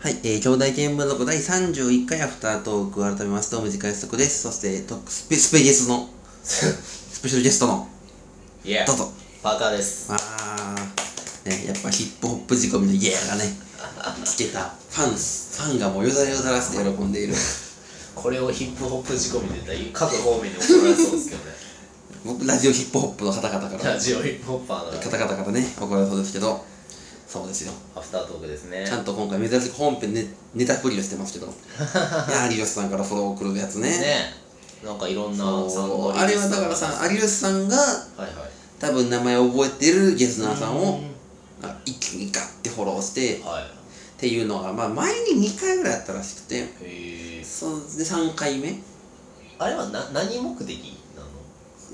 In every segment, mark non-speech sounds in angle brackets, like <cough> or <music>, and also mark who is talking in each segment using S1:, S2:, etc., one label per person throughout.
S1: はい、えー、兄弟見聞録第31回アフタートーク改めますと、無時間約束です。そして、トークスペ、スペゲス
S2: <laughs>
S1: の、スペシャルゲストの、
S2: イエ
S1: どうぞ。
S2: パーカーです
S1: あー、ね、やっぱヒップホップ仕込みのイエーがね、つけた、ファン、ファンがもうよだれを垂らして喜んでいる。
S2: これをヒップホップ仕込みで言ったら各方面に怒られそうですけどね
S1: <laughs> 僕、ラジオヒップホップの方々から、
S2: ラジオヒップホッパーの
S1: 方々からね、怒られそうですけど、そうですよ。
S2: アフタートークですね
S1: ちゃんと今回珍しく本編ね、ネタフリをして
S2: <laughs>
S1: ますけど、いやー、有吉さんからフォローを送るやつ
S2: ねなんかいろんな参考
S1: そう
S2: に
S1: あれはだからさ有吉さんが
S2: はいはい
S1: 多分名前を覚えてるゲスナーさん
S2: う
S1: を
S2: ん
S1: あ一気にガッてフォローしてっ
S2: は
S1: ていうのが、まあ、前に2回ぐらいあったらしくて
S2: いへえ
S1: そうで3回目
S2: あれはな何目的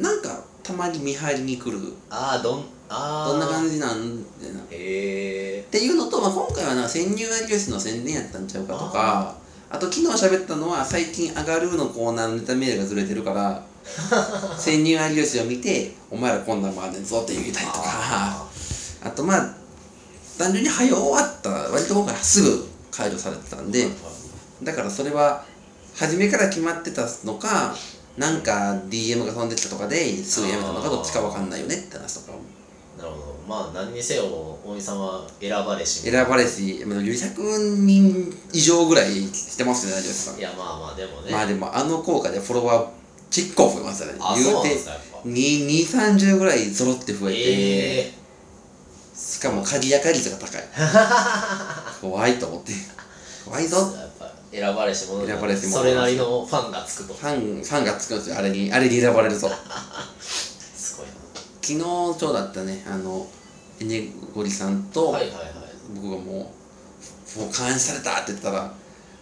S2: なの
S1: なんかたまに見張りに来る
S2: ああどんああ
S1: どんな感
S2: じ
S1: じなんみたいなっ
S2: へえ
S1: ていうのと、まあ、今回はな潜入有吉の宣伝やったんちゃうかとかあと昨日喋ったのは最近上がるのコーナーのネタメールがずれてるから
S2: <laughs>
S1: 潜入有吉を見てお前らこんなんもあんねんぞって言いたいとか
S2: あー
S1: あとまあ単純に早終わった割と今回すぐ解除されてたんでだからそれは初めから決まってたのかなんか DM が飛んできたとかですぐやめたのかどっちかわかんないよねって話とかも
S2: なるほどまあ何にせよ大西さんは選ばれし
S1: 選ばれしまあ400人以上ぐらいしてますよね有吉さん
S2: いやまあまあでもね
S1: まあでもあの効果でフォロワー結構増えましたね
S2: あそう
S1: 言
S2: な
S1: うん
S2: で
S1: て
S2: すかやっぱ
S1: 230ぐらい揃って増えて、
S2: ええ
S1: しかも鍵やか率が
S2: <laughs>
S1: 高い怖いと思って怖いぞ
S2: やっぱ選ばれし者
S1: 選ばれし者
S2: それなりのファンがつくと
S1: ファン、ファンがつくんですよ、あれに、あれに選ばれると。
S2: すごいな
S1: 昨日、そうだったね、あの、エネゴリさんと、
S2: はいはいはい
S1: 僕がもう、もう監視されたって言ったら、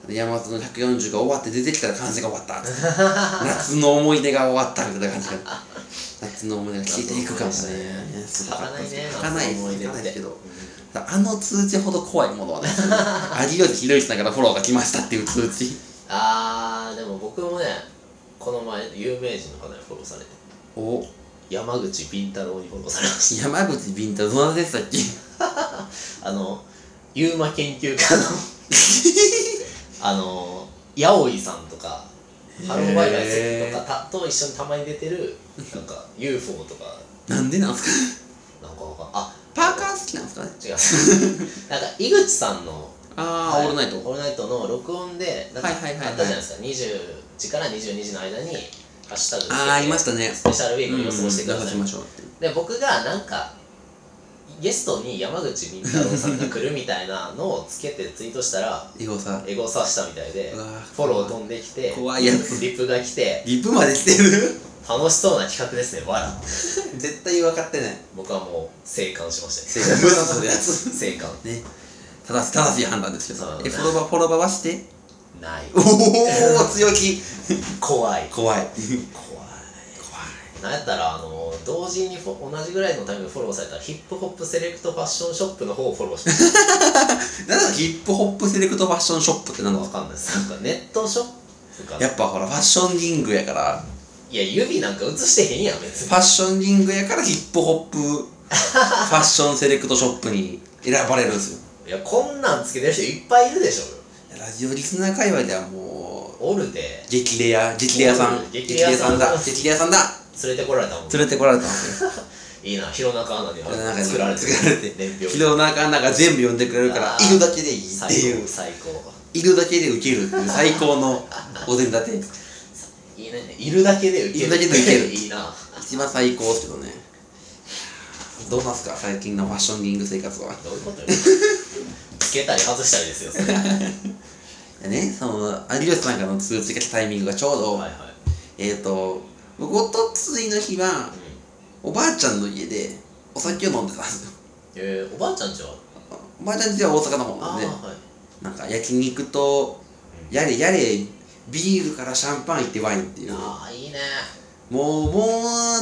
S1: 山本の140が終わって出てきたら監視が終わったって <laughs> 夏の思い出が終わったみたいな感じが。夏の思い出が消えていくかもね。
S2: 咲かないね
S1: 咲かないです。
S2: 夏の思い出って
S1: 咲かないですけど。あの通知ほど怖いものはね、 <laughs> 有吉弘行さんからフォローが来ましたっていう通知。
S2: あーでも僕もねこの前有名人の方にフォローされて
S1: お
S2: 山口敏太郎にフォローされまし
S1: 山口敏太どなたでしたっけ <laughs>
S2: たあ <laughs> のユーマ研究家のあの <laughs> 八尾さんとかハローバイバイセとかたと一緒にたまに出てるなんか UFO とか
S1: なんでなんすか
S2: なんかわかんあ
S1: パーカー好きなんですかね
S2: 違う <laughs> なんか井口さんの
S1: あ
S2: は
S1: あ、オ
S2: い
S1: ールナイト。
S2: オールナイトの録音でなんかあ
S1: は
S2: っ
S1: いはいはいはい
S2: たじゃないですか、20時から22時の間に「ハッシュタグ」
S1: あーありましたね
S2: スペシャルウィー
S1: う
S2: ク
S1: ん、
S2: を過ごしてくだ
S1: 流
S2: さい、
S1: しましょうって。
S2: で僕がなんかゲストに山口み太郎さんが来るみたいなのをつけてツイートしたら
S1: エゴさ、
S2: エゴサしたみたいで
S1: うわー
S2: フォロー飛んできて
S1: 怖いやつ
S2: リップが来て
S1: リップまでしてる
S2: 楽しそうな企画ですね笑
S1: 絶対分かってない。
S2: 僕はもう静観しまし
S1: 正
S2: たね
S1: 解。無
S2: <laughs>
S1: 視するやつ。
S2: 静観
S1: ね。正し、正しい判断ですけ
S2: そう
S1: ど。
S2: だ
S1: え、
S2: ね
S1: フォロバ、フォロバはして。
S2: ない
S1: <laughs> おお、強気。
S2: 怖い
S1: 怖い。
S2: 怖い
S1: 怖
S2: なんやったらあの同時にフォ同じぐらいのタイムでフォローされたらヒップホップセレクトファッションショップの方をフォローして
S1: い。なんだ、ヒップホップセレクトファッションショップってなんだ
S2: わかんないですなんかネットショップかな
S1: やっぱほら、ファッションリングやから、
S2: いや指なんか映してへんやん別
S1: フ
S2: に
S1: ァッションリングやからヒップホップファッションセレクトショップに選ばれるんですよ。
S2: いやこんなんつけてる人いっぱいいるでしょ
S1: ラジオリスナー界隈ではもう、
S2: おるで
S1: 激レア、激レアさ
S2: お
S1: ん。
S2: う
S1: 激
S2: 激
S1: レ
S2: レ
S1: ア
S2: ア
S1: さ
S2: さ
S1: ん
S2: ん
S1: だ。激レアさんだ。
S2: 連れてこられたもん
S1: 連れてこられたんですよ。
S2: いいな弘中アナに
S1: 弘中に
S2: 作られて
S1: 作られて
S2: 年
S1: <laughs>
S2: 表
S1: 昨日中なんか全部読んでくれるから
S2: あ、ー
S1: いるだけでいいって
S2: 最
S1: い
S2: 高
S1: う。
S2: 最高
S1: いるだけでウケるっていう最高のお膳立て。
S2: いいねいるだけでウ
S1: い
S2: ケる
S1: るだけでウケる
S2: いいな
S1: <laughs> 一番最高ですけどね。どうなんすか最近のファッションリング生活は。
S2: どういうことよつけたり外したりですよそれはい
S1: でね、その、有吉さんからの通知が来たタイミングがちょうど、
S2: はい
S1: えっ、と、僕、おとついの日は、
S2: うん
S1: おばあちゃんの家でお酒を飲んでたんですよ。
S2: えー、おばあちゃんちは
S1: おばあちゃん家は大阪の方なん
S2: あ
S1: で
S2: ー
S1: ね。
S2: はい
S1: なんか焼肉とやれやれビールからシャンパン行ってワインっていうも
S2: ああいいね
S1: うも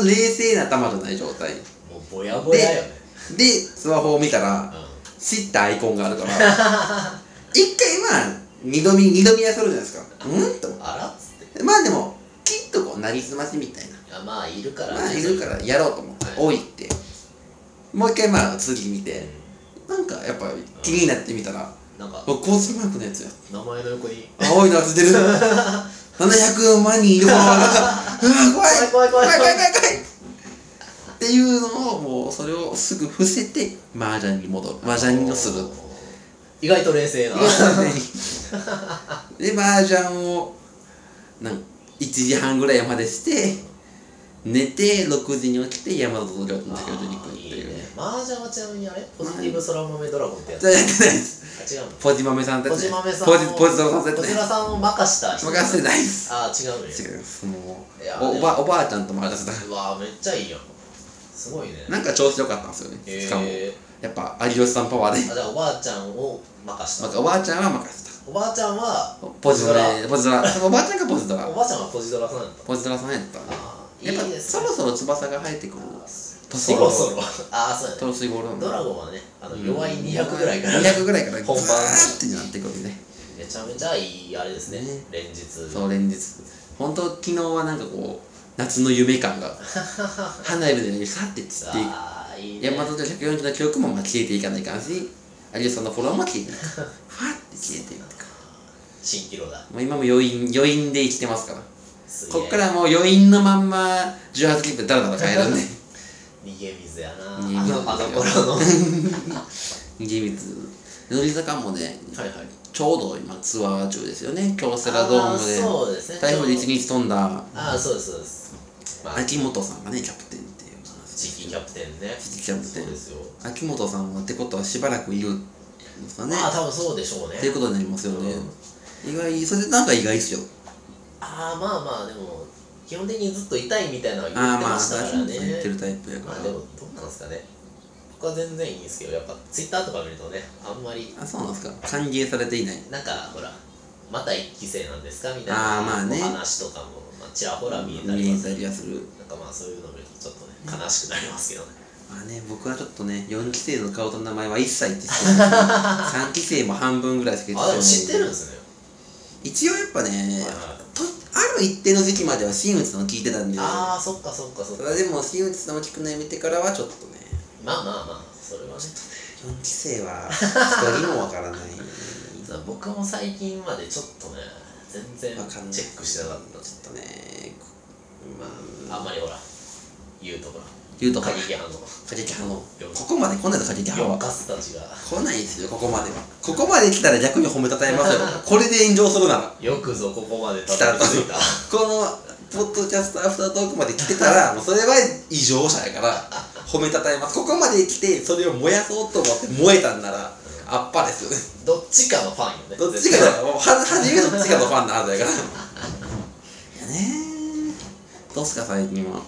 S1: う冷静な頭じゃない状態
S2: もうぼやぼやよね
S1: でスマホを見たら
S2: う
S1: 知ったアイコンがあるから一回まあ二度見二度見はするじゃないですかうんと思っ
S2: んあらっつって
S1: てまあでもきっとこうなりすましみたいな
S2: あまあいるから
S1: まあいるからやろうと思って
S2: は
S1: 置いてもう一回まあ次見て
S2: う
S1: なんかやっぱ気になってみたら
S2: なんか
S1: これ交通マークのやつや
S2: 名前の横に
S1: 青いのがついてる700万人い
S2: <laughs>
S1: るものがうわ怖い
S2: 怖
S1: 怖
S2: い怖い怖い
S1: い怖い怖い怖いっていうのをもうそれをすぐ伏せて麻雀に戻る麻雀にする
S2: 意外と冷静な
S1: で麻雀をなん1時半ぐらいまでして寝て6時に起きて山里亮太の竹内に行くって
S2: い
S1: い
S2: いうね麻雀はちなみにあれポジティブ空豆ドラゴンってやつ
S1: じゃあやってないです
S2: あ違うの
S1: ポジマメさんたち
S2: ポジマメさん
S1: ポジポジマメさんた
S2: ポ
S1: ち
S2: ジ
S1: ね
S2: マメさんを任した人
S1: 任せてないです
S2: あ違うね
S1: 違いますも
S2: いや
S1: うおおばおばあちゃんとも話せた
S2: うわめっちゃいいやんすごいね
S1: なんか調子良かったんですよね、しかも
S2: え
S1: やっぱ有吉さんパワーで
S2: ー、あじゃあおばあちゃんを任し
S1: ま
S2: た
S1: ずおばあちゃんは任せ
S2: おばあちゃんは
S1: たポジドラポジドラおばあちゃんがポジド
S2: お
S1: ラ
S2: ばあちゃんはポジドラさんやった
S1: ポジドラさんやったね
S2: あー
S1: やっ
S2: い
S1: ぱ
S2: いです
S1: そ
S2: ね
S1: ろそろ翼が生えてくる
S2: そろそろああそうやね
S1: 年頃なんで
S2: ドラゴンはねあの弱い200ぐらいから
S1: 200ぐらいから
S2: 本番
S1: ブワーってなってくるね
S2: めちゃめちゃいいあれですね
S1: ね
S2: 連日
S1: そう連日本当昨日はなんかこう夏の夢感
S2: <laughs>
S1: が花火のようにさって散っていく
S2: ああいいね
S1: 山里で140の記憶もまあ消えていかないかんし有吉さんのフォロワーも消えていくふわって消えていく
S2: 新キロだ
S1: もう今も余韻余韻で生きてますから
S2: すげえ
S1: こっからもう余韻のまんま18キップダラダラ変えるんで
S2: 逃げ水や <laughs> なあ
S1: 逃げ水
S2: のあの頃
S1: <laughs>
S2: のはい
S1: 逃げ水乃木坂もね
S2: はい
S1: ちょうど今ツアー中ですよね京セラド
S2: あ
S1: ーム
S2: そうですね
S1: で台風で1
S2: ちょう
S1: 日飛んだ
S2: どああそうですそうですまあ
S1: 秋元さんがねキャプテンっていう話
S2: 次期キャプテンね
S1: 次期キャプテン
S2: そうですよ
S1: 秋元さんはってことはしばらくいるんですかね
S2: まあ多分そうでしょうね
S1: っていうことになりますよね意外それなんか意外っすよ
S2: ああまあまあでも基本的にずっと痛いみたいなのは言
S1: あ
S2: っ
S1: あ
S2: て
S1: ま
S2: ま
S1: あ
S2: したから
S1: そう
S2: ね
S1: 言ってるタイプやか
S2: ま
S1: ら
S2: あでもどうなんですかね僕は全然いいんですけどやっぱツイッターとか見るとねあんまり
S1: あそうなんですか歓迎されていない
S2: なんかほらまた一期生なんですかみたい
S1: あー
S2: な
S1: まあね
S2: お話とかも、まあ、ちらほら見えたり
S1: 見
S2: は
S1: え
S2: す
S1: た
S2: る
S1: りはする
S2: なんかまあそういうの見るとちょっとね悲しくなりますけどね
S1: まあね僕はちょっとね4期生の顔と名前は一切って知って
S2: <laughs>
S1: ない3期生も半分ぐらいしか
S2: あでも知ってるんで
S1: です
S2: すね
S1: 一応やっぱね
S2: はいはい
S1: とある一定の時期までは新内さんを聞いてたんで
S2: ああそっかそっかそっか
S1: ただでも新内さんを聞くのやめてからはちょっとね
S2: まあまあまあそれはね
S1: 4期生は一人もわからない
S2: 実は僕も最近までちょっとね全
S1: わ
S2: 然
S1: かんない
S2: チェックしてなかった
S1: ちょっとね
S2: あんまりほら言うとか
S1: 言うと
S2: 過
S1: 過
S2: 激派の
S1: 激派のここまで来ないと過激派
S2: 4
S1: は
S2: カスたちが
S1: 来ないですよここまではここまで来たら逆に褒めたたえます
S2: <laughs>
S1: よこれで炎上するなら
S2: よくぞここまでたどり着いた
S1: このポッドキャストアフタートークまで来てたら
S2: <laughs>
S1: もうそれは異常者やから褒めたたえますここまで来てそれを燃やそうと思って燃えたんならあっぱですよね
S2: どっちかのファンよね
S1: どっちかだ
S2: <laughs>
S1: からもうは初めどっちかのファンなはずやからいやねどうすか最近は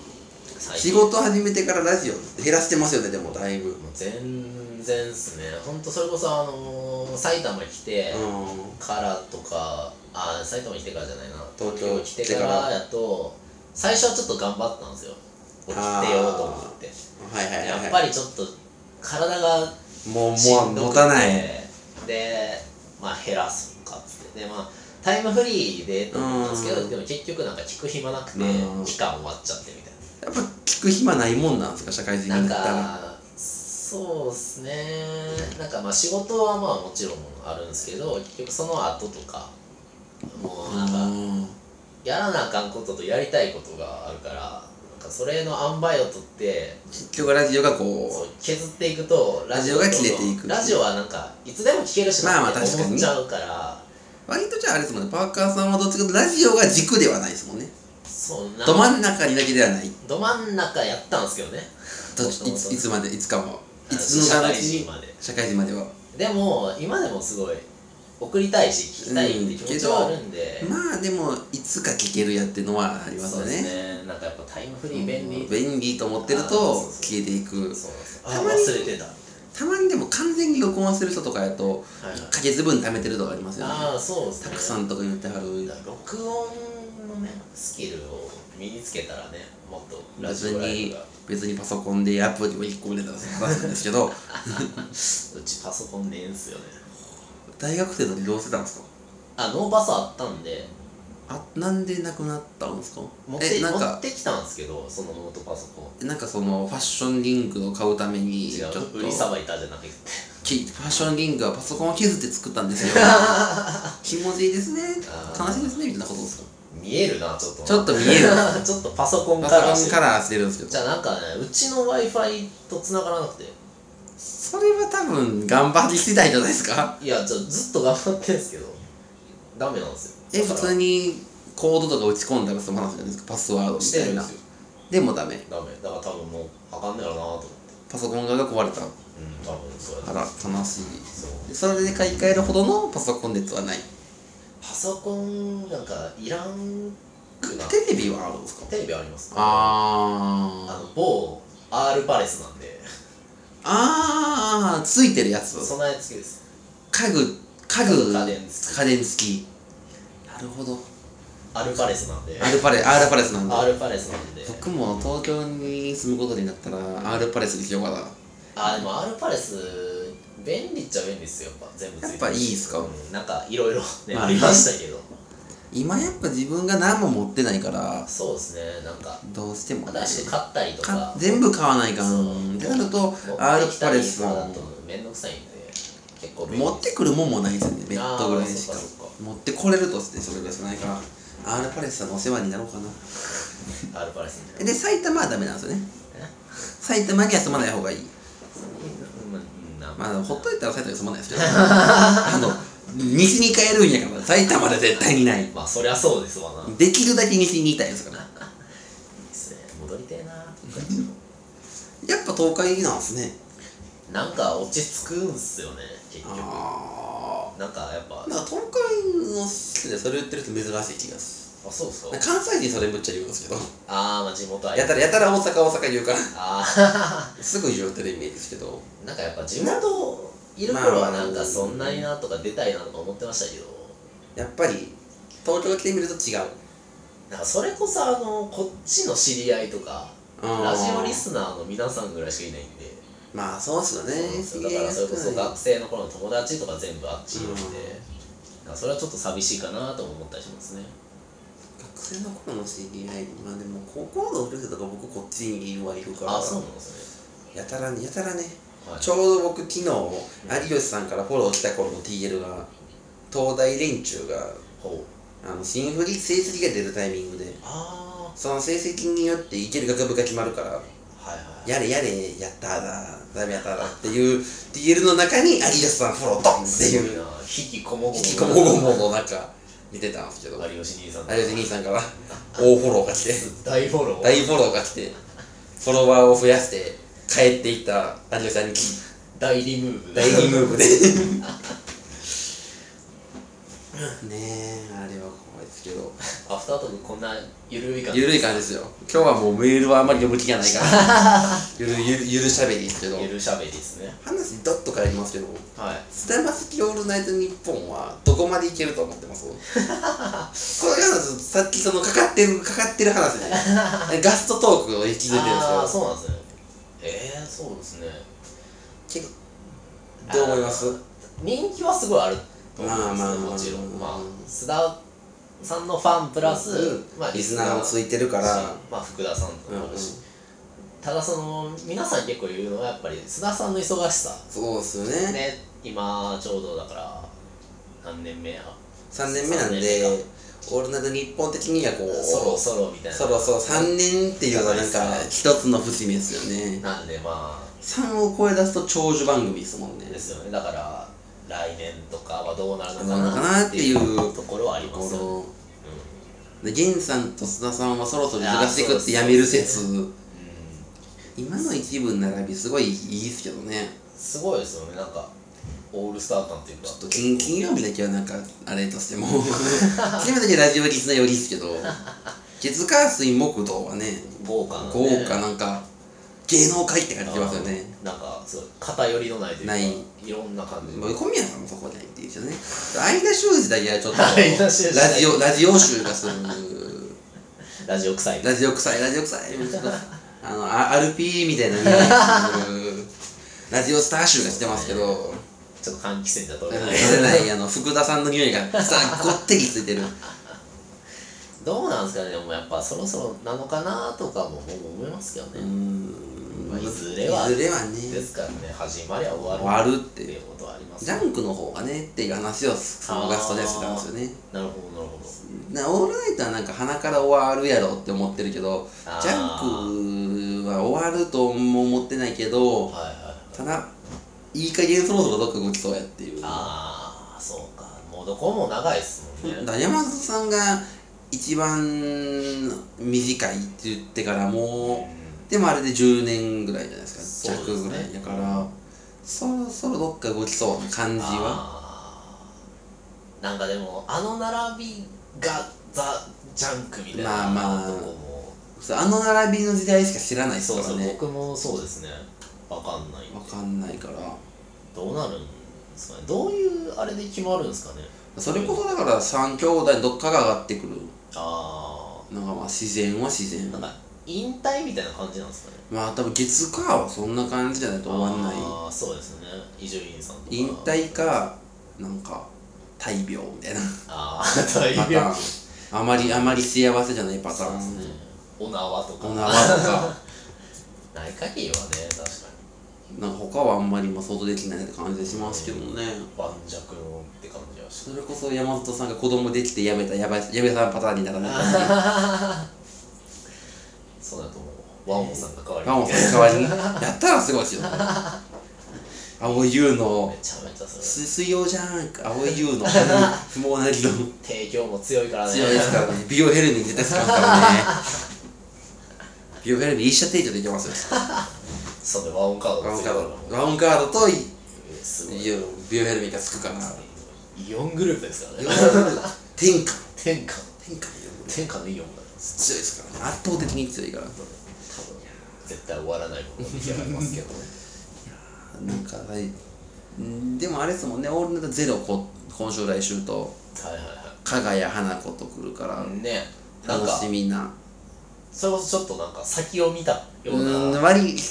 S2: 最近
S1: 仕事始めてからラジオ減らしてますよねでもだいぶ
S2: もう全然っすねほんとそれこそあのー、埼玉来て
S1: うん
S2: からとかあー埼玉来てからじゃないな
S1: 東京
S2: 来てからやと最初はちょっと頑張ったんですよ起きてようと思って
S1: はいはいはい、はい、
S2: やっぱりちょっと体が
S1: もう
S2: し
S1: も
S2: ん
S1: う
S2: どくて
S1: 持たない
S2: でまあ減らすかっつってでまあタイムフリーでと思ったんですけどでも結局なんか聞く暇なくて
S1: うん
S2: 期間終わっちゃってみたい
S1: やっぱ聞く暇ないもんなんですか社会人
S2: なな
S1: に
S2: ん
S1: なったら
S2: かそうっすねなんかまあ仕事はまあもちろんあるんですけど結局その後とかもうなんか
S1: うん
S2: やらなあかんこととやりたいことがあるからなんかそれの塩梅を取って
S1: 結局ラジオが
S2: そ
S1: こ
S2: う削っていくと
S1: ラジオが
S2: どんどん
S1: 切れていく
S2: ラジオはなんかいつでも聞けるしな
S1: まあまあ
S2: って
S1: 確かに
S2: 思っちゃうから
S1: う割とじゃああれですもんねパーカーさんはどっちかというとラジオが軸ではないですもんね
S2: そうな
S1: ど真ん中にだけではない
S2: ど真ん中やったんですけどね
S1: ど
S2: そ
S1: いう
S2: そ
S1: つ
S2: う
S1: いつまでいつかも
S2: あ
S1: い
S2: の
S1: つの
S2: 社
S1: 間
S2: 会
S1: に
S2: 人まで
S1: 社会人までは
S2: でも今でもすごい送りたいし聞きたいって気持ちはあるんで、
S1: まあでもいつか聞けるやってのはあります
S2: そう
S1: よ
S2: です
S1: ね
S2: ねなんかやっぱタイムフ
S1: う
S2: リー
S1: ん
S2: 便利、
S1: 便利と思ってる
S2: あー
S1: と
S2: そうそうそう
S1: 消えていく
S2: そうなんですよあ
S1: たまに
S2: 忘れてた、は
S1: たまにでも完全に録音する人とかやと
S2: いはい
S1: 1ヶ月分貯めてるとかありますよね
S2: ああそうですね
S1: たくさんとか言ってはる
S2: 録音のねスキルを身につけたらねもっとラ
S1: 別
S2: ジオライ
S1: に
S2: ブが
S1: 別にパソコンでアプリを1個入れたら話すんですけ
S2: <laughs>
S1: ど
S2: うちパソコンねえんすよね
S1: 大学生の時どうしてたんですか
S2: あノーパスあったんで
S1: あなんでなくなったんですか
S2: 持って
S1: えなん
S2: 持っ
S1: か
S2: てきたんですけどそのノートパソコン
S1: なんかそのファッションリンクを買うために
S2: 違
S1: ちょっ
S2: う
S1: と
S2: 売りさばいたじゃなくて
S1: きファッションリングはパソコンを削って作ったん
S2: <laughs>
S1: ですよ気持ちいいですね
S2: あー
S1: 悲しいですねみたいなことですか
S2: 見えるなちょっと
S1: ちょっと見える
S2: <laughs> ちょっとパソコン
S1: パ
S2: から
S1: ソコンカラーしてるんですけ
S2: じ
S1: ど
S2: ゃあなんかねうちの w i f i と繋がらなくて
S1: それは多分頑張り次第じゃないですか
S2: いやちょずっと頑張ってんですけどダメなんですよ
S1: え普
S2: だから
S1: 通にコードとか打ち込んだらその話じゃないですかパスワードみ
S2: したてる
S1: い
S2: んで
S1: な
S2: すよ
S1: でもダメ
S2: ダメだから多分もうあかんねやろなと思って
S1: パソコン側が壊れた
S2: うん多分そうや
S1: か
S2: な
S1: ら悲し
S2: そう
S1: いそれで買い替えるほどのパソコン熱はない
S2: パソコンなんかいらんくな
S1: テレビはあるんですか
S2: テレビありますあ
S1: あー
S2: の某 R パレスなんで
S1: あーついてるやつ
S2: そんなやつ好きです
S1: 家具家具
S2: 家電付き
S1: 家電付きなるほど
S2: R パレスなんで
S1: アルパレアルパレスなんだ
S2: R パレスなんで
S1: 僕も東京に住むことになったらアルパレスにしようかな
S2: あでも R パレス便利っちゃ便利ですよやっぱ全部ついてる
S1: やっぱいいっすか
S2: うん、なんかいろいろね、
S1: まあ
S2: ありましたけど
S1: 今やっぱ自分が何も持ってないから
S2: そうですねなんか
S1: どうしてもね
S2: 新しく買ったりと
S1: か
S2: か
S1: 全部買わないか
S2: そ
S1: ん
S2: う
S1: ってなると
S2: 持ってきた
S1: ア
S2: り
S1: ルパレス
S2: とかだ
S1: は
S2: とめんどくさいんで結構便利
S1: 持ってくるもんもないですよねベッドぐらいしか
S2: あーそっかそっ
S1: 持ってこれるとしてそれぐらいしかないからアルパレスさんのお世話になろうかな
S2: R パレスみたいな
S1: で埼玉はダメなんですよね
S2: え
S1: 埼玉には住まない方がいい
S2: うんまあ
S1: まあほっといたら埼玉に住まない
S2: <laughs>
S1: ですけどあの西に帰るんやから埼玉で絶対にない
S2: まあそりゃそうですわな。いい
S1: できるだけ西にいたいですから
S2: ですね。戻りてえな
S1: やっぱ東海なんですね
S2: なんか落ち着くんすよね、結局。
S1: あ
S2: なんかやっぱ
S1: あ、なんか東海の人でそれ言ってる人珍しい気がす
S2: あ、そうそう
S1: る。関西人それむっちゃ言うんですけど
S2: あー、まあ地元愛。
S1: やたらやたら大阪大阪言うから
S2: あ
S1: すぐ言うてるイメージですけど
S2: ー、 <laughs> なんかやっぱ地元いる頃はなんかそんなになとか出たいなとか思ってましたけど、
S1: やっぱり東京来てみると違う
S2: なんかそれこそあの、こっちの知り合いとか、ラジオリスナーの皆さんぐらいしかいないんで、
S1: まあそうっすよね
S2: そうだからそれこそ学生の頃の友達とか全部あっちにいるんで、なんかそれはちょっと寂しいかなとも思ったりしますね。
S1: 学生の頃の知り合いまあでも高校の同級生とか僕こっちにいるはいるから
S2: あ、そうなんです
S1: やたらねやたらね
S2: ね。はい
S1: ちょうど僕昨日有吉さんからフォローした頃の TL が東大連中が
S2: ほう
S1: あの新振り成績が出るタイミングで
S2: あ
S1: その成績によっていける学部が決まるから
S2: あはいはい
S1: やれやれやったーだダメやったーだっていう TL の中に有吉さんフォロードンって
S2: す
S1: いう
S2: ごいな引きこもごも
S1: 引きこもごもの中見てたんですけど有
S2: 有吉兄さん
S1: 吉兄さんから大フォローが来て
S2: 大フォロー
S1: 大フォローが来てフォロワーを増やして帰っていった有吉さんに
S2: 大リムーブ
S1: 大リムーブで <laughs> ねえあれは怖いですけど
S2: <laughs> アフタートークこんなゆるい感じ
S1: ゆるい感じですよ今日はもうメールはあんまり読む気がないからゆるゆるゆるしゃべりですけど
S2: ゆるしゃべりですね
S1: 話どっと変えますけど
S2: はい
S1: スタバ好きオールナイトニッポンはどこまでいけると思ってますこれがさっきそのかかってるかかってる話でガストトークを聞いてるん
S2: ああ
S1: で
S2: そうなんですねええー、そうですね
S1: すよ結構どう思います
S2: あー人気はすごいあると思
S1: まあ
S2: うんです
S1: まあ
S2: よ
S1: まあ
S2: もちろんまあ
S1: まあ
S2: 須田さんのファンプラス、
S1: うん
S2: まあ
S1: リスナーもつ
S2: い
S1: いてるから
S2: まあ福田さんと
S1: うん
S2: もあ
S1: うん
S2: るし、ただその皆さん結構言うのはやっぱり須田さんの忙しさ
S1: そうっすよね
S2: ね、今ちょうどだから何年目や
S1: 3年目なんで
S2: 三年目か
S1: オールナイトニッポン的にはこう
S2: そろそろみたいな
S1: そろそろ3年っていうのがなんか一つの節目ですよね
S2: なんでまあ
S1: 3を超え出すと長寿番組ですもんね
S2: ですよねだから来年とかはどうなるの
S1: どうなる
S2: か
S1: のかな
S2: な
S1: っ
S2: ってて
S1: い
S2: いううところはありますよね、
S1: こので源さんと須田さんはそろそろ忙し
S2: い
S1: くっ
S2: やそう
S1: て
S2: です
S1: やめる説
S2: うん
S1: 今の一部の並びすごいいいですけどね
S2: すごいですよねなんかオールスター感というか
S1: ちょっと金金曜日だけはなんかあれとして
S2: <laughs>
S1: も金曜日だけラジオリスナーよりですけど月火水木土はね
S2: 豪華な、ね、
S1: 豪華なんか芸能界って感じしますよね
S2: なんかすごい偏りのないというか
S1: ない
S2: ろんな感じ
S1: もう小宮さんもそこじゃないっていうけどね相田修二だけはちょっと
S2: 相田修二
S1: ラジオラジオ集がする
S2: ラジオ臭い
S1: ラジオ臭いラジオ臭いみたいなあのあ RP みたいな匂いするラジオスター集がしてますけど
S2: ちょっと換気扇じゃ取れない
S1: 取れ <laughs> ないあの福田さんの匂いがさごってりついてる
S2: どうなんですかねでもやっぱそろそろなのかなとかももう思いますけど
S1: うー
S2: ね、
S1: ん
S2: まあいずれはい
S1: ずれはね
S2: ですからね始まりは終わる
S1: 終わるっ
S2: ってい
S1: て
S2: うことはあります
S1: ジャンクの方がねっていう話を
S2: あー
S1: ガストでしてたんですよね
S2: なるほどなるほ
S1: な
S2: ど
S1: オールナイトはなんか鼻から終わるやろって思ってるけど
S2: あー
S1: ジャンクは終わるとも思ってないけど
S2: はいはいはい
S1: ただいい加減そろそろどっか動きそうやっていう
S2: ああそうかもうどこも長いっすもんね
S1: だから山里さんが一番短いって言ってからもうでもあれで10年ぐらいじゃないですか
S2: そうです
S1: 弱
S2: ね
S1: ぐらいだからそろそろどっか動きそうな感じは
S2: あーなんかでもあの並びがザ・ジャンクみたいな
S1: まあまあ
S2: とこも
S1: そうあの並びの時代しか知らないです
S2: そう
S1: か
S2: そ
S1: ら
S2: う、
S1: ね
S2: 僕もそうですねわかんない
S1: わかんないから
S2: どうなるんですかねどういうあれで決まるんですかね
S1: それこそだから3兄弟どっかが上がってくる
S2: あ
S1: のがまあ自然は自然
S2: あなんか引退みたいな感じなんですかね
S1: まあ多分月火はそんな感じじゃないと終わんない
S2: ああそうですね伊集院さんとか
S1: 引退かなんか大病みたいな
S2: ああ大
S1: パタ
S2: 病
S1: ーンあまりあまり幸せじゃないパタ
S2: そう
S1: ー
S2: で
S1: ン
S2: すねお縄とか
S1: お縄と
S2: <laughs>
S1: か
S2: ない限りはね確か
S1: なんか他はあんまりも想像できないって感じがしますけどね
S2: に盤石のって感じはし
S1: <laughs> それこそ山里さんが子供できてやめたやばいやめさんパターンにならない
S2: <laughs> そうだと思うワンオさんが代わりに
S1: マモさんの代わりにやったらすごいです
S2: <laughs>
S1: よ青井優の
S2: めちゃめちゃ
S1: 「
S2: それ
S1: 水水曜じゃん」青井優の <laughs> 不毛な議論
S2: 提供も強いからね
S1: 強いですからね美容ヘルミン絶対使いますからね <laughs> 美容ヘルミン一社提供できますよ
S2: そうだワンオンカード
S1: ワ
S2: も
S1: ンカ
S2: 強
S1: ー
S2: いから
S1: ドワンカードとい
S2: すごい
S1: いやビオヘルミンがつくから
S2: イオングループですからね
S1: 天下
S2: 天下
S1: 天下強い
S2: 天下のイオンがです
S1: ですからね圧倒的に強いから
S2: 多分絶対終わらないものが出来上がりますけどね
S1: なんかはいんでもあれですもんねオールナイトゼロこ今週来週と
S2: はいはい
S1: 加賀谷花子と来るから
S2: はいねなん
S1: 楽
S2: か
S1: しみな
S2: それこそちょっとなんか先を見た
S1: う
S2: ような
S1: ーん割り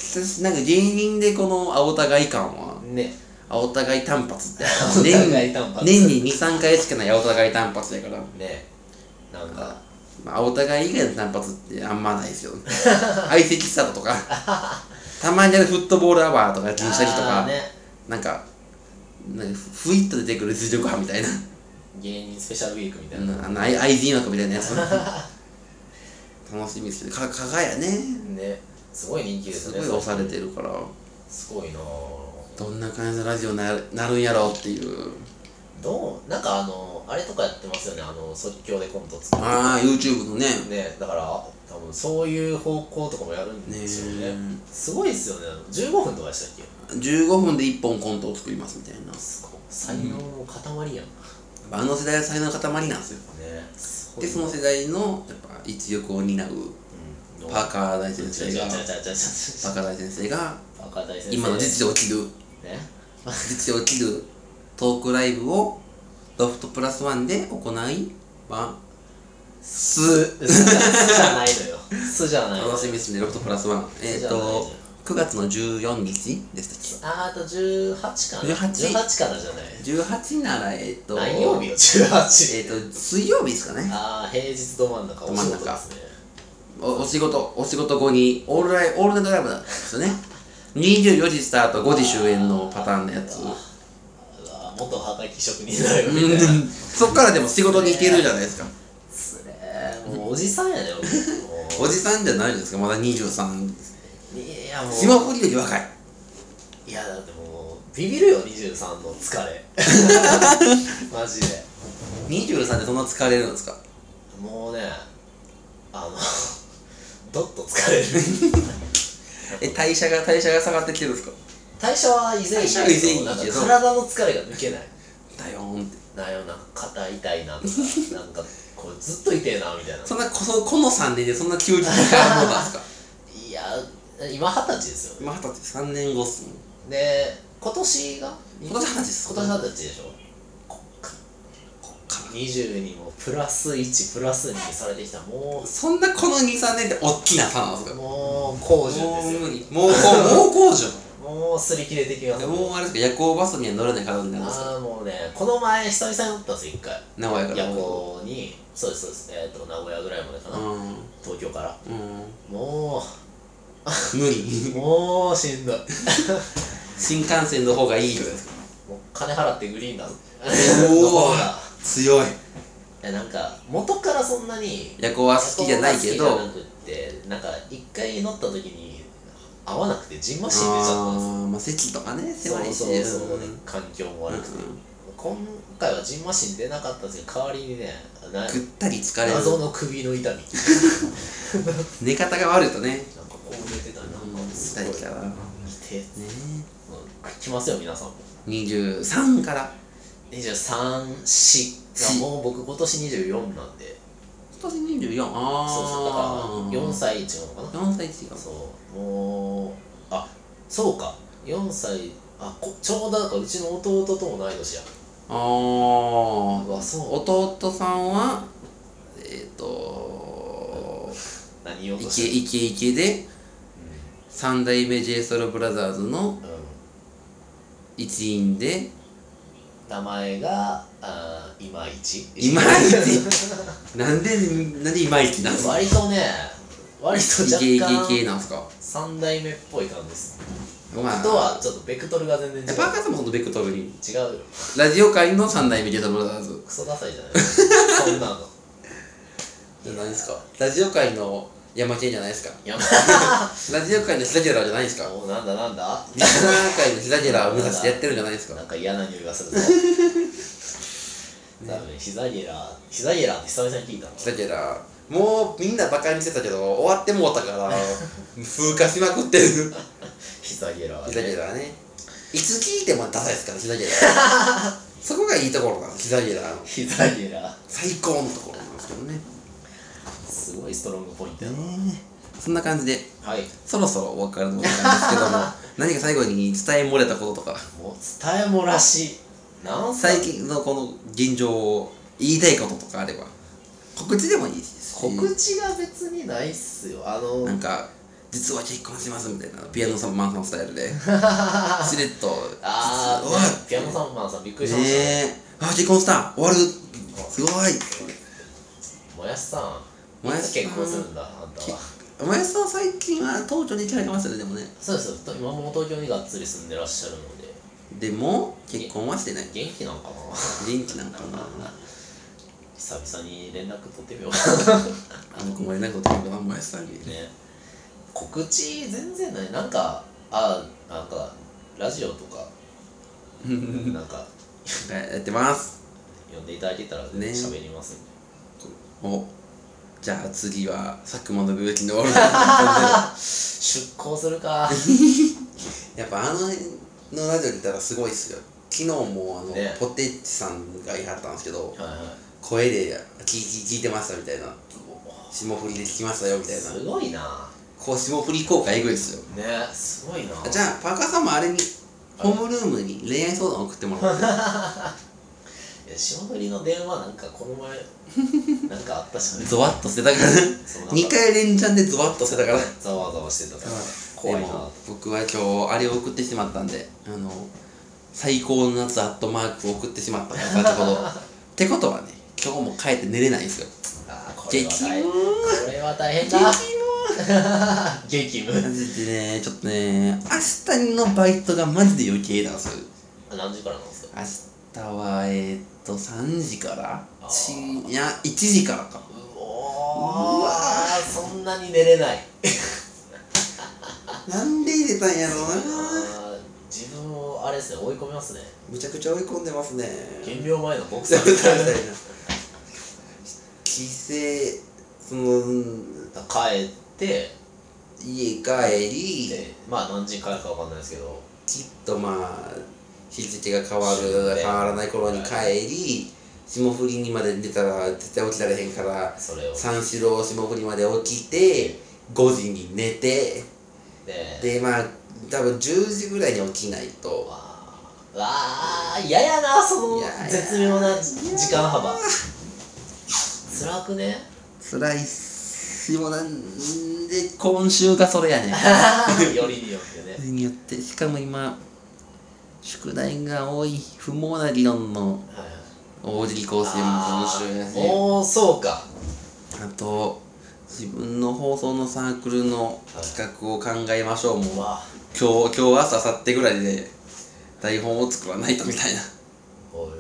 S1: なんか芸人でこの青互い感は
S2: ね
S1: 青互い単発って
S2: 青互い単発
S1: 年に年に23回しかない青互い単発やから
S2: ねなんか
S1: まあ、お互い以外の単発ってあんまない
S2: <laughs>
S1: ですよ相席スタートとかたまにあるフットボールアワーとか銀シャリと
S2: あ
S1: か、
S2: ーね
S1: なんかなんかふふいっと出てくる実力派みたいな
S2: 芸人スペシャルウィークみたいな、
S1: うんあの ID 枠みたいなやつ <laughs> 楽しみですけどか加賀やね
S2: ねすごい人気です
S1: す
S2: ね
S1: ごい押されてるから
S2: すごいなぁ
S1: どんな感じのラジオになるなるんやろうっていう
S2: どうなんかあのあれとかやってますよねあの即興でコント作る
S1: ああ YouTube のね
S2: ねだから多分そういう方向とかもやるんですよね
S1: ね
S2: すごいですよね15分とかでしたっけ
S1: 15分で1本コントを作りますみたいな
S2: すごい才能の塊やん、ね
S1: あの世代は才能の塊なんですよ
S2: すごい
S1: でその世代のやっぱ一翼を担う
S2: うん
S1: パーカー大
S2: 違う
S1: 先
S2: 違う
S1: 生
S2: <laughs> 違う違う
S1: がパーカー大先生
S2: 違う
S1: が
S2: パーカー大先生
S1: 今の実情を切る <laughs>
S2: ね
S1: 実情を切るトークライブをロフトプラスワンで行います
S2: 素じゃないのよ素じゃないのよ
S1: 楽しみですねロフトプラスワンえっ、
S2: じゃあ大
S1: と
S2: 丈
S1: 9月の14日でしたっ
S2: あーあと18かな
S1: 18
S2: 18からじゃない
S1: け18ならえっ、と
S2: 何曜日
S1: え
S2: よ
S1: っ、
S2: 18
S1: と水曜日ですかね
S2: ああ平日ど真ん
S1: ど
S2: 中お
S1: 真
S2: 仕
S1: ん中
S2: 事ですね
S1: おお仕事お仕事後にオールライオールナイトライブなんですよね24時スタート5時終演のパターンのやつ
S2: うわー元はがき職人だよみたいな
S1: うんそっからでも仕事に行けるじゃないですか
S2: つれーもうおじさんやね僕
S1: <laughs>
S2: も
S1: おじさんじゃないですかまだ23
S2: ういやもう
S1: 霜降りより若い
S2: いやだってもうビビるよ23の
S1: <laughs>
S2: 疲れマジで
S1: 23でそんな疲れるんですか
S2: もうねあのどっと疲
S1: <laughs>
S2: れる
S1: え代謝が代謝が下がってきてるんですか
S2: 代謝は以前
S1: 代謝は以前いいけど
S2: なんか体の疲れが抜けない
S1: だよーんって
S2: なんやろなんか肩痛いなとか <laughs> なんかこれずっと痛いなみたいな
S1: そんなこそこの3年でそんな急に変わるもんなん <laughs> ですか
S2: いや今二十歳ですよね
S1: 今二十歳3年後っすもん
S2: で今年が
S1: 今年二十歳っす
S2: 今年二十歳でしょこっか
S1: こっから
S2: 20にもプラス1プラス2にされてきたも
S1: そんなこの23年って大きな差なんです
S2: う
S1: か
S2: もう高順
S1: もう無
S2: ですよ
S1: 理もうこうもう工場
S2: もう擦り切れてきます
S1: もうあれですか夜行バスには乗れない体になるんですか
S2: ああもうねこの前久々に乗ったんですよ一回
S1: 名古屋から
S2: 夜行にそうですそうですえっ、と名古屋ぐらいまでかな、
S1: うん
S2: 東京から
S1: うん
S2: もう
S1: 無
S2: <laughs>
S1: 理
S2: もうしんどい
S1: 新幹線の方がいいとかですか
S2: もう金払ってグリーンだの
S1: お
S2: 方
S1: お
S2: が
S1: 強い
S2: いやなんか元からそんなに
S1: 夜行は好きじゃないけ
S2: 夜
S1: ど
S2: 行が好きじゃなくってなんか一回乗った時に合わなくてじんましん出ちゃったんですよ
S1: あーまあ席とかね
S2: そう
S1: 狭いし
S2: そうそう、
S1: うん
S2: 環境も悪くて、
S1: うん
S2: 今回はじんましん出なかったんですけど代わりにねな
S1: ぐったり疲れる
S2: 謎の首の痛みなんか
S1: 寝方が悪いとね
S2: こう出てたりなんかす
S1: 疲
S2: ご
S1: れ
S2: い
S1: ちゃうわね
S2: 来て、うん来ますよ皆さんも
S1: 23から
S2: 234もう僕今年24なんで
S1: 今年24ああ
S2: そうそうだから4歳違うのかな
S1: 4歳違う
S2: そうもうあそうか4歳あこちょうどだからうちの弟とも同い年や
S1: あ
S2: うわそう
S1: 弟さんはえっ、と
S2: 何言おう
S1: イ
S2: と
S1: ケ
S2: して
S1: イケイケで三代目 j ソ o ブラザーズの
S2: る、うん、
S1: 一員で
S2: 名前があーいまいち
S1: いまいなんでなんでいまいちなんですか
S2: <laughs> 割とね割と
S1: イケイ
S2: 若
S1: ケイケ
S2: 干
S1: なんですか
S2: 三代目っぽい感じです
S1: まあ
S2: とはちょっとベクトルが全然
S1: え
S2: 違
S1: パーカーさんもほんとベクトルに
S2: う違うよ
S1: ラジオ界の三代目 j ソ o ブラザーズ
S2: クソダサいじゃないそんなの
S1: じゃないですかラジオ界のヤマケンじゃないですか
S2: いやま
S1: ラジオ界のシラジェラーじゃないですか
S2: あもうなんだなんだ
S1: リスナー界のシラジェラーを目指してやってるんじゃないですか
S2: なんか嫌な匂いがするぞ多分ヒザゲラーヒザゲラーって久々に聞いたの
S1: だからもうみんなバカにしてたけど終わってもうたから風化しまくってる
S2: ヒザゲラー、ね、
S1: 膝ゲラーねいつ聞いてもダサいですから膝 <laughs> ゲラーそこがいいところなんです膝ゲラーの
S2: ヒザゲラー
S1: 最高のところなんですけどね
S2: すごいストロングポイントやな、
S1: そんな感じで
S2: はい
S1: そろそろお別れのことなんですけ <laughs> ども何か最後に伝え漏れたこととか
S2: もう伝えもらしいなんすか
S1: 最近のこの現状を言いたいこととかあれば告知でもいいですし
S2: 告知が別にないっすよあの
S1: なんか実は結婚しますみたいなピアノさんマンさんスタイル
S2: <laughs>
S1: でしれっと
S2: あ
S1: 実は
S2: あピアノさんマンさんびっくりしま
S1: ね
S2: した、
S1: えあ結婚した終わるすごい
S2: もやしさん
S1: も
S2: い
S1: やしさ
S2: つ
S1: ん
S2: 結婚するんだあんたは
S1: お前さん最近は東京に行かれてますよねでもね
S2: そうですよ今も東京にがっつり住んでらっしゃるので
S1: でも結婚はしてない
S2: 元気なんかな <laughs>
S1: 元気なんかな
S2: 久々に連絡取ってみようか
S1: あ僕も連絡取ってみようかなもやしさんに
S2: な <laughs> ね告知全然ないなんかあーなんかラジオと
S1: <laughs>
S2: かなんか
S1: やってます
S2: 呼んでいただけたら全然
S1: ね
S2: 喋りますんで、 <laughs>
S1: おじゃあ次は佐久間信
S2: <laughs>
S1: 之のオール
S2: 出向す
S1: <laughs>
S2: るか
S1: やっぱあののラジオにいたらすごいっすよ昨日もあの、
S2: ね
S1: ポテチさんがいはったんですけど
S2: はいはい
S1: 声で聞聞聞いてましたみたいな霜降りで聞きましたよみたいな
S2: すごいな
S1: こう霜降り効果エグいっすよ
S2: ねすごいな
S1: じゃあパーカーさんもあれにホームルームに恋愛相談送ってもらって
S2: いや霜降りの電話なんかこの前なんかあっ
S1: <laughs>
S2: た <laughs> しね
S1: ゾワッとしてたから
S2: そうなんか
S1: 2回連チャンでゾワッとしてたから
S2: ざわざわしてたから怖い
S1: でも
S2: な
S1: 僕は今日あれを送ってしまったんであの最高の夏アットマークを送ってしまったからこうやってこと <laughs> ってことはね今日も帰って寝れないんですよ
S2: あーこれは
S1: 激ム
S2: 大変これは大変だ <laughs> 激ム
S1: マジでねちょっとね明日のバイトがマジで余計なんですよ
S2: 何時からなんですか
S1: 明日はえー、っと3時から
S2: あー
S1: ちいや1時からか
S2: うおーそんなに寝れない
S1: なんで入れたんやろうな
S2: あー自分をあれですね追い込みますね
S1: むちゃくちゃ追い込んでますね
S2: 減量前のボク
S1: そ
S2: サ
S1: う
S2: ー
S1: み
S2: み
S1: た
S2: た
S1: い
S2: い
S1: な
S2: な
S1: <laughs> 帰省その
S2: 帰って
S1: 家帰り
S2: でまあ何時に帰るかわかんないですけど
S1: きっとまあ日付が変わる変わらない頃に帰り霜降りにまで出たら絶対起きられへんから
S2: それを
S1: 三四郎霜降りまで起きて5時に寝て
S2: で
S1: でまあ多分10時ぐらいに起きないと
S2: わーわー嫌やなその
S1: いやいや
S2: 絶妙な時間幅辛く <laughs> ね
S1: 辛いっすよなんで今週がそれやねん
S2: よりによってね
S1: によってしかも今宿題が多い不毛な理論の
S2: はいはい
S1: 大喜利構成も今週や
S2: あ
S1: ね
S2: ーおーそうか
S1: あと自分の放送のサークルの企画を考えましょうも
S2: うわ
S1: 今日今日朝明後日ぐらいで台本を作らないとみたいな
S2: おいおいおい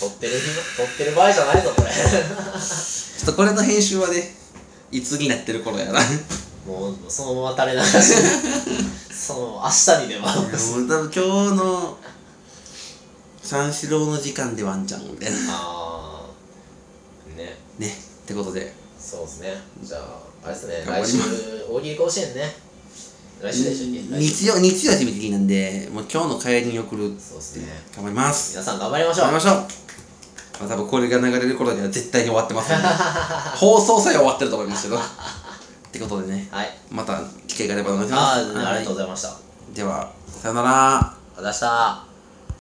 S2: 撮ってる日の撮ってる場合じゃないぞこれ <laughs>
S1: ちょっとこれの編集はねいつになってる頃やな
S2: もうそのまま垂れ流し <laughs> そのまま明日にでも
S1: もう多分今日の三四郎の時間でワンちゃんみたいな
S2: ああね
S1: ねってことで
S2: そうですねじゃああれですね
S1: 頑張り
S2: 来
S1: ます
S2: 週大喜利甲子園ね来週でしたっけ来週
S1: 日曜日曜締め切りなんでもう今日の帰りに送る
S2: そうですね
S1: 頑張ります
S2: 皆さん頑張りましょう
S1: 頑張りましょうまあ多分これが流れる頃には絶対に終わって <laughs> ますんで放送さえ終わってると思いますけどってことでね
S2: はい
S1: また機会があればお願いします
S2: あーありがとうご
S1: は
S2: ざいましたありがとう
S1: いではさよなら
S2: ございました